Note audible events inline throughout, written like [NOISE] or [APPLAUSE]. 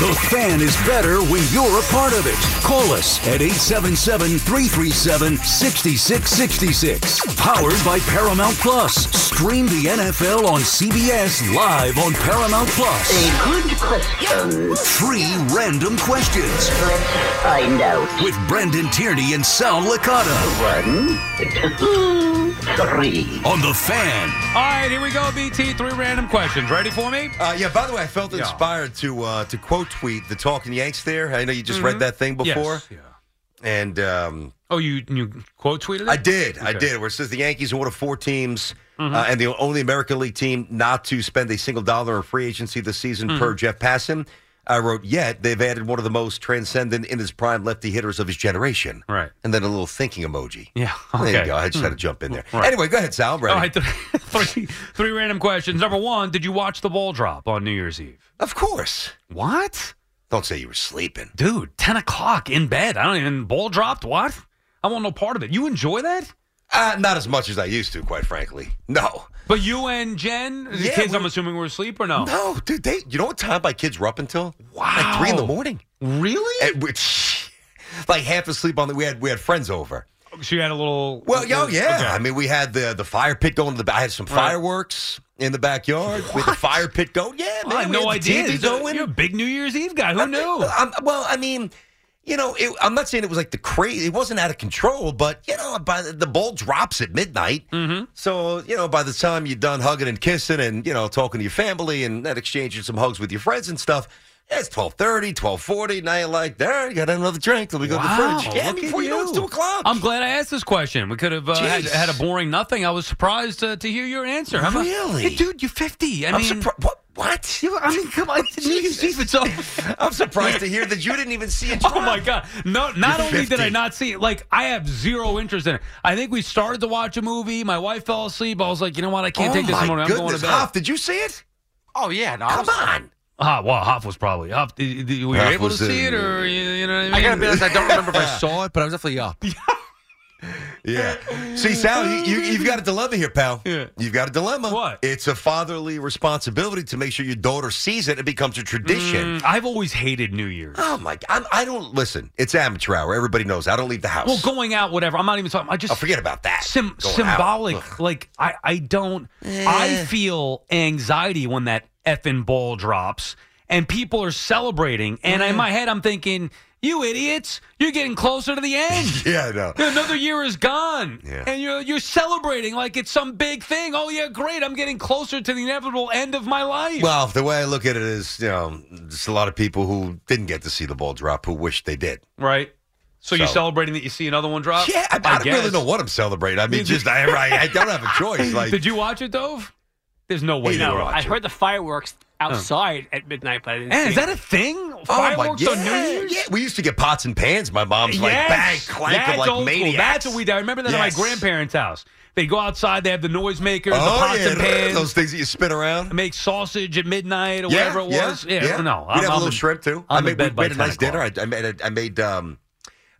The fan is better when you're a part of it. Call us at 877 337 6666. Powered by Paramount Plus. Stream the NFL on CBS live on Paramount Plus. Good question. Three random questions Let's find out. with Brendan Tierney and Sal Licata One, two, [GASPS] three. on The Fan. All right, here we go, BT. Three random questions. Ready for me? Uh, yeah. By the way, I felt inspired to uh, to quote tweet the talking Yanks. There, I know you just read that thing before, Yes. Yeah. and um, Oh, you you quote tweeted it? I did, I did. Where it says the Yankees are one of four teams Mm-hmm. uh, and the only American League team not to spend a single dollar in free agency this season, Mm-hmm. per Jeff Passan. I wrote, yet they've added one of the most transcendent in his prime lefty hitters of his generation. Right. And then a little thinking emoji. Yeah. There Okay. Hmm. you go. I just had to jump in there. Right. Anyway, go ahead, Sal. I'm ready. All right, Oh, th- [LAUGHS] three three random questions. Number one, did you watch the ball drop on New Year's Eve? Of course. What, Don't say you were sleeping. dude? Ten o'clock in bed. I don't even ball dropped. What? I want no part of it. You enjoy that? Uh, not as much as I used to, quite frankly. No. But you and Jen, the Yeah, kids, I'm we- assuming were asleep or no? No, dude, they. You know what time my kids were up until? Wow. like three in the Eh. morning. Really? And which, [LAUGHS] like half asleep on the. We had we had friends over. She had a little. Well, yo, yeah. Okay. I mean, we had the the fire pit going. In the ba- I had some fireworks in the backyard with the fire pit going. Yeah, man. I had we no had the idea. TV going. You're a big New Year's Eve guy. Who knew? [LAUGHS] I'm, well, I mean. You know, it, I'm not saying it was like the crazy. It wasn't out of control, but you know, by the, the ball drops at midnight. Mm-hmm. So you know, by the time you're done hugging and kissing, and you know, talking to your family, and then exchanging some hugs with your friends and stuff, yeah, it's 12:30, 12:40. Now you're like, there, you got another drink. Let me go Wow, to the fridge. Yeah, look before at you know, it's you. two o'clock. I'm glad I asked this question. We could have uh, had, Jeez. had a boring nothing. I was surprised uh, to hear your answer. How about- Really? Hey, dude, you're 50. I I'm mean, surpri- What? What? you- I mean, come on. [LAUGHS] It's New Year's Eve. It's all- [LAUGHS] I'm surprised to hear that you didn't even see it. [LAUGHS] Oh my god! No, not You're only did I 50. not see it, like I have zero interest in it. I think we started to watch a movie. My wife fell asleep. I was like, you know what? I can't Oh take this my anymore. I'm going goodness. to bed. Hoff, did you see it? Oh yeah, no, I, Come was, on. Ah, well, Hoff was probably up. Were you Hoff able to was, uh, see it, or you, you know what I mean? I gotta be honest, I [LAUGHS] don't remember if I saw it, but I was definitely up. Yeah. [LAUGHS] See, Sal, you, you, you've got a dilemma here, pal. Yeah. You've got a dilemma. What? It's a fatherly responsibility to make sure your daughter sees it. It becomes a tradition. Mm, [LAUGHS] I've always hated New Year's. Oh my! I'm, I don't listen. It's amateur hour. Everybody knows. I don't leave the house. Well, going out, whatever. I'm not even talking. I just Oh, forget about that. Sim- Going symbolic. out. Ugh. Like I, I don't. I feel anxiety when that effing ball drops and people are celebrating, and in my head I'm thinking, "You idiots! You're getting closer to the [LAUGHS] end." [LAUGHS] Yeah, I know. [LAUGHS] Another year is gone, Yeah. and you're you're celebrating like it's some big thing. Oh yeah, great! I'm getting closer to the inevitable end of my life. Well, the way I look at it is, you know, there's a lot of people who didn't get to see the ball drop who wish they did. right. So, you're So- celebrating that you see another one drop? Yeah, I, I, don't really Uh, guess. know what I'm celebrating. [LAUGHS] I mean, just I, I, I don't have a choice. Like, Did you watch it, Dove? There's no way. Either you were way. on- I heard the fireworks outside at midnight, but I didn't Man, see is that a thing? Oh my- Fireworks yeah, on New Year's? yeah. We used to get pots and pans. My mom's like Yes. bang, clanking That's like old school. maniacs. That's what we did. I remember that Yes. at my grandparents' house. They go outside, they have the noisemakers, the Oh pots yeah, and pans, those things that you spin around. make sausage at midnight or yeah, whatever it yeah, was. Yeah, no. We'd I'm, have a I'm little in- shrimp too. I'm I in made, bed we by made a 10 nice dinner. o'clock. I, I made a, I made um,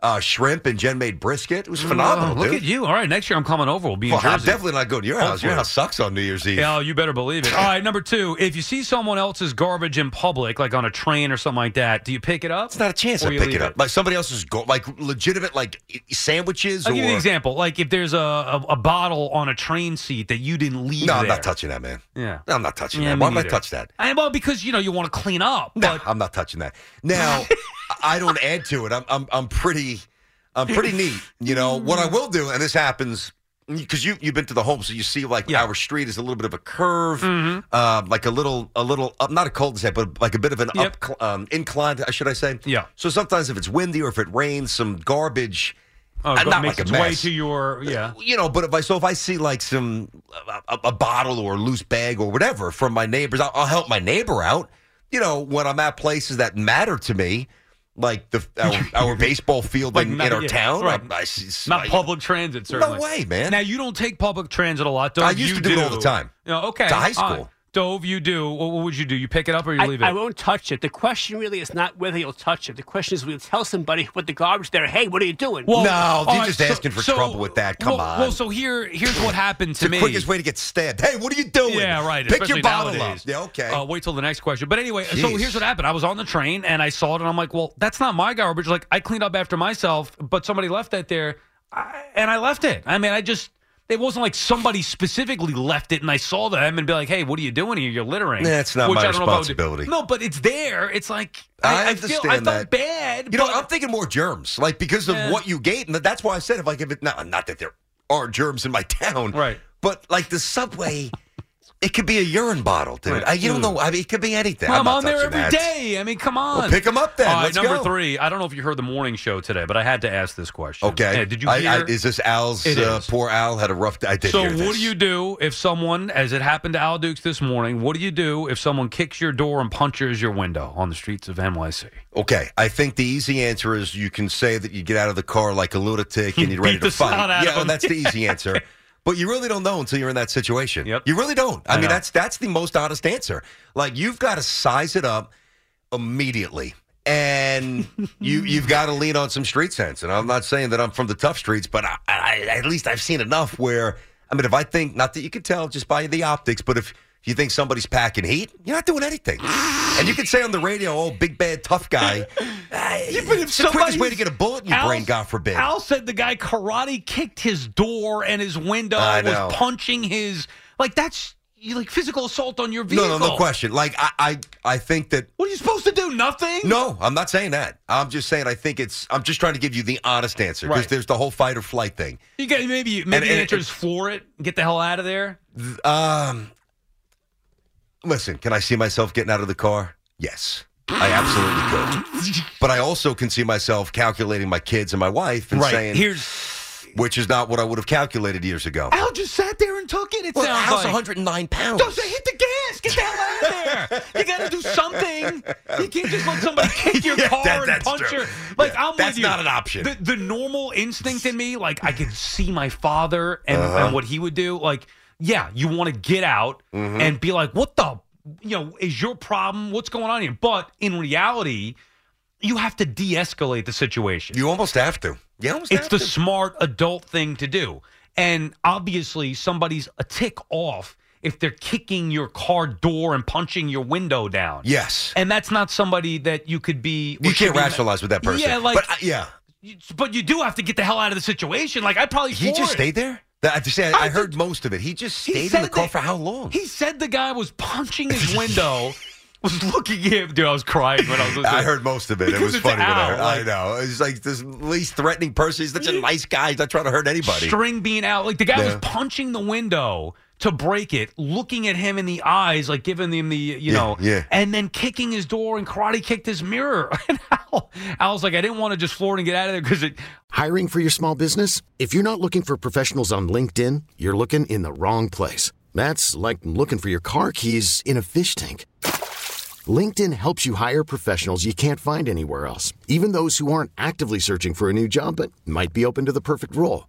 uh, shrimp and Jen made brisket. It was Oh, phenomenal. look dude. at you. All right, next year I'm coming over. We'll be in Well, I'm Jersey. definitely not going to your house. Your Hopefully. house sucks on New Year's Eve. Yeah, oh, you better believe it. All right, number two, if you see someone else's garbage in public, like on a train or something like that, do you pick it up? It's not a chance Or I you pick leave it up. Like somebody else's go like legitimate like i- sandwiches I'll or give you an example. Like if there's a, a, a bottle on a train seat that you didn't leave. No, I'm there. not touching that, man. Yeah. I'm not touching Yeah, that. me Why would I neither. touch that? I, well, because you know you want to clean up. No, But I'm not touching that. Now, I don't Mm. add to it. I'm I'm I'm pretty I'm pretty neat. You know what I will do, and this happens because you you've been to the home, so you see like Yeah. Mm-hmm. our street is a little bit of a curve, uh, like a little a little up, not a cul-de-sac, but like a bit of an Yep. up um, incline, uh, should I say? Yeah. So sometimes if it's windy or if it rains, some garbage, Oh, uh, go- not makes like a its way mess. to your yeah. you know, but if I so if I see like some a, a- a bottle or a loose bag or whatever from my neighbors, I'll, I'll help my neighbor out. You know, when I'm at places that matter to me, [LAUGHS] like the our, our baseball field Like in, not- in our yeah, town, right. I- I see- Not I- public transit, certainly. way, man. Now you don't take public transit a lot, Dove. I used you to do it all the time. No, okay. To high all right. school. Dove, you do. What, what would you do? You pick it up or you I, leave it? I won't touch it. The question really is not whether you'll touch it. The question is, will you tell somebody with the garbage there, hey, what are you doing? Well, No, all you're just asking for trouble with that. Come well- on. Well, so here, here's what happened to It's the me. quickest way to get stabbed. Hey, what are you doing? Yeah, right. Pick especially your bottle nowadays. up. Yeah, okay. Uh, wait till the next question. But anyway, so Jeez. here's what happened. I was on the train and I saw it, and I'm like, well, that's not my garbage. Like I cleaned up after myself, but somebody left that there, I, and I left it. I mean, I just. It wasn't like somebody specifically left it, and I saw them and be like, "Hey, what are you doing here? You're littering." Nah, it's not Which my I don't know if I would do. responsibility. No, but it's there. It's like I I, feel I understand felt that. bad. you know, but- I'm thinking more germs, like because of Yeah. what you gave. And that's why I said, if I give it, not, not that there are germs in my [LAUGHS] town, Right. But like the subway, it could be a urine bottle, dude. I, you don't know. I mean, it could be anything. I'm, not on Mm. there touching every day. that. I mean, come on. Well, pick 'em up then. All right, Let's number go. three. I don't know if you heard the morning show today, but I had to ask this question. Okay. Yeah, did you I- hear? I, is this Al's? It Uh, is. poor Al had a rough. day. I did. so, hear what this. do you do if someone, as it happened to Al Dukes this morning, what do you do if someone kicks your door and punches your window on the streets of NYC? Okay, I think the easy answer is you can say that you get out of the car like a lunatic and you're ready Beat to the snot fight. out of Yeah, him. that's [LAUGHS] the easy answer. But you really don't know until you're in that situation. Yep. You really don't. I, I mean, know. that's that's the most honest answer. Like you've got to size it up immediately. And you you've got to lean on some street sense. And I'm not saying that I'm from the tough streets, but I, I, at least I've seen enough where I mean, if I think not that you can tell just by the optics, but if you think somebody's packing heat, you're not doing anything. and you can say on the radio, "Oh, big bad tough guy." yeah, but it's the quickest way to get a bullet in your brain, God forbid. Al said the guy karate kicked his door and his window I know. was punching his like that's like physical assault on your no, vehicle. no, no question. Like I, I, I think that What are you supposed to do? Nothing. No, I'm not saying that. I'm just saying I think it's. I'm just trying to give you the honest answer because Right. there's the whole fight or flight thing. You guys, maybe maybe the and- answer is floor it, get the hell out of there. Um, listen, can I see myself getting out of the car? Yes, I absolutely could. But I also can see myself calculating my kids and my wife and saying, here's which is not what I would have calculated years ago. Al just sat there and took it. It Well, the sounds house like 109 pounds. Don't say hit the gas. Get the hell out of there. You got to do something. You can't just let [LAUGHS] somebody kick your Yeah, car that- and that's punch true. your. Like Yeah, I'm that's with you. not an option. The, the normal instinct in me, like I could see my father and, Uh-huh. and what he would do. Like, yeah, you want to get out Mm-hmm. and be like, what the, you know, is your problem? What's going on here? But in reality, you have to de-escalate the situation. You almost have to. You almost It's have the to. smart adult thing to do. And obviously, somebody's a tick off if they're kicking your car door and punching your window down. yes. And that's not somebody that you could be. You or should can't be- rationalize with that person. Yeah, like- But I- yeah. You- But you do have to get the hell out of the situation. Like, I probably. He floored just it. stayed there? That- I, just, I, I I heard did- most of it. He just He stayed in said the car that- for how long? He said the guy was [LAUGHS] punching his window, was looking at him. Dude, I was crying when I was listening. I heard most of it. It Because was it's funny. when I, Al, heard- I like- know. It's like this least threatening person. He's such a nice guy. He's not trying to hurt anybody. string being out. Like the guy was Yeah. punching the window to break it, looking at him in the eyes, like giving him the you know, yeah. and then kicking his door and karate kicked his mirror. [LAUGHS] And Al, Al's like, I didn't want to just floor it and get out of there because it. Hiring for your small business? If you're not looking for professionals on LinkedIn, you're looking in the wrong place. That's like looking for your car keys in a fish tank. LinkedIn helps you hire professionals you can't find anywhere else, even those who aren't actively searching for a new job but might be open to the perfect role.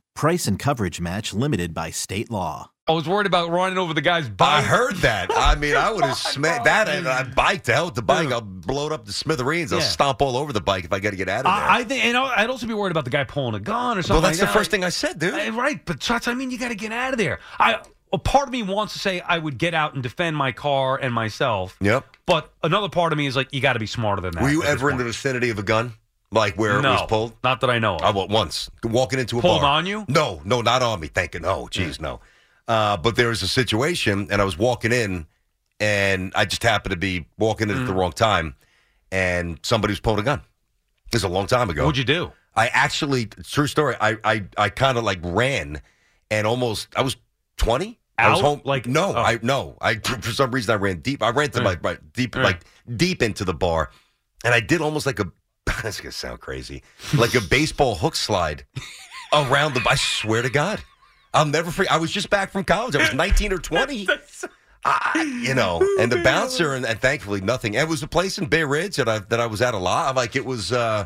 Price and coverage match limited by state law. I was worried about running over the guy's I body. heard that. I mean, [LAUGHS] I Oh would have smacked that. And I'd bike to hell with the bike. I'll blow it up to smithereens. I'll Yeah. stomp all over the bike if I got to get out of there. I, I think, and I'd also be worried about the guy pulling a gun or something. well, that's like the that. first thing I said, dude. I- right, but so that's I mean you got to get out of there. I a part of me wants to say I would get out and defend my car and myself. Yep. But another part of me is like, you got to be smarter than that. Were you at this ever in the point. vicinity of a gun? Like where no, it was pulled? Not that I know of. I went once. Walking into a Pulled bar. on you? No, no, not on me. Thank you. No, jeez, no. Uh, but there was a situation, and I was walking in, and I just happened to be walking in at Mm. the wrong time, and somebody was pulling a gun. It was a long time ago. What'd you do? I actually, true story. I I, I kind of like ran, and almost I was twenty. I was Out? home. Like- no, oh. Mm. I no. I [LAUGHS] for some reason I ran deep. I ran to my, my deep like deep into the bar, and I did almost like a. [LAUGHS] That's gonna sound crazy, like a baseball hook slide around the. I swear to God, I'll never forget. I was just back from college. I was nineteen [LAUGHS] or twenty. I, you know, and the bouncer, and, and thankfully nothing. It was a place in Bay Ridge that I that I was at a lot. I'm like, it was. uh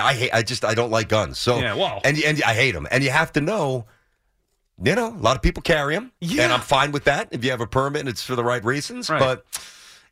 I hate. I just I don't like guns. So Yeah, well. and and I hate them. And you have to know. You know, a lot of people carry them, and Yeah. I'm fine with that if you have a permit and it's for the right reasons. Right. But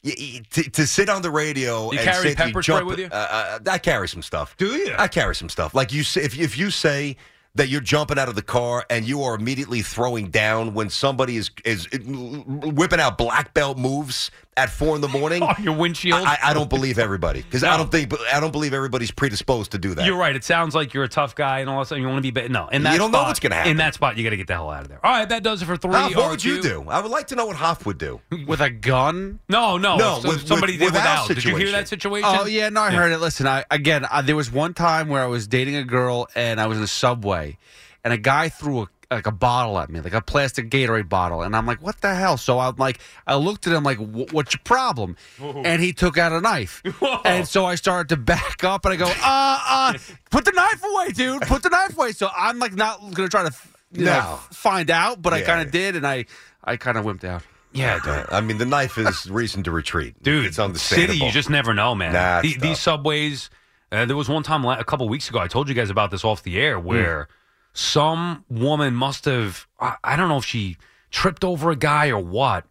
y- y- to, to sit on the radio, You and carry say that pepper spray jump, with you? Uh, uh, I carry some stuff. Do you? I carry some stuff. Like you, say, if if you say that you're jumping out of the car and you are immediately throwing down when somebody is is uh, whipping out black belt moves at four in [LAUGHS] the morning. On Oh, your windshield. I, [LAUGHS] I don't believe everybody because I don't think I don't believe everybody's predisposed to do that. You're right. It sounds like you're a tough guy and all that stuff. You want to be, ba- no. In that You don't know spot- what's gonna happen. In that spot, you got to get the hell out of there. All right, that does it for three. Hoff, what would RQ. you do? I would like to know what Hoff would do. [LAUGHS] with a gun. No, no, No, if with- somebody with- did with without. our Did you hear situation. that situation? Oh yeah, no, I heard it. Listen, I again, I, there was one time where I was dating a girl and I was in a subway, and a guy threw a like a bottle at me, like a plastic Gatorade bottle, and I'm like, "What the hell?" So I'm like, I looked at him like, "Wh- "What's your problem?" And he took out a [LAUGHS] knife, and so I started to back up, and I go, "Uh, uh, put the knife away, dude! Put the knife away!" So I'm like, not gonna try to, you know, No. find out, but I Yeah. kind of did, and I, I kind of wimped out. yeah, dude. Uh, I mean, the knife is [LAUGHS] reason to retreat, dude. It's understandable. City, you just never know, man. Nah, it's The- these subways. Uh, there was one time la- a couple weeks ago. I told you guys about this off the Hmm. air, where some woman must have. I, I don't know if she tripped over a guy or what.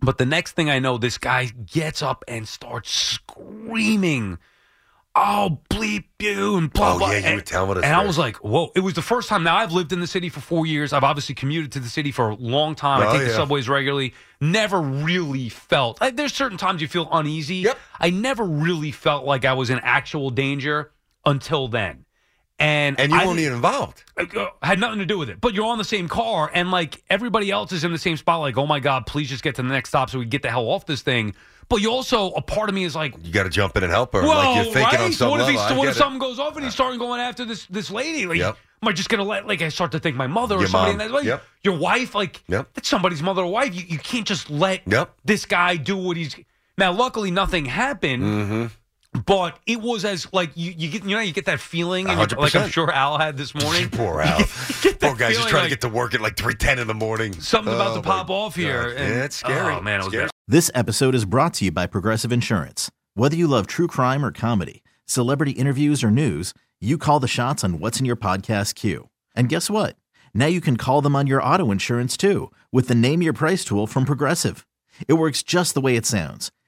But the next thing I know, this guy gets up and starts screaming, "I'll bleep you!" and blah Oh, blah. yeah, you and, were telling us And I this. was like, "Whoa!" It was the first time. Now I've lived in the city for four years. I've obviously commuted to the city for a long time. Oh, I take the yeah. subways regularly. Never really felt. I, there's certain times you feel uneasy. Yep. I never really felt like I was in actual danger until then. And and you I weren't thi- even involved. uh, had nothing to do with it. But you're on the same car, and like everybody else is in the same spot. Like, oh my god, please just get to the next stop so we can get the hell off this thing. But you also, a part of me is like, You got to jump in and help her. well, like you're thinking right? on some what if, level. he's, I what get if it. something goes off and he's starting going after this this lady? Like, Yep. am I just gonna let like I start to think my mother or Your somebody? And mom. that's like, Yep. Your wife, like Yep. that's somebody's mother or wife. You, you can't just let Yep. this guy do what he's. Now, luckily, nothing happened. Mm-hmm. But it was as like you you get you know you get that feeling and you- like I'm 100%. sure Al had this morning. [LAUGHS] [LAUGHS] Poor Al. Poor guy's just feeling trying to like- get to work at like three ten in the morning. something's about Oh, to my pop off here. God. yeah, it's scary. Oh man, it was Scary. very This episode is brought to you by Progressive Insurance. Whether you love true crime or comedy, celebrity interviews or news, you call the shots on what's in your podcast queue. And guess what? Now you can call them on your auto insurance too with the Name Your Price tool from Progressive. It works just the way it sounds.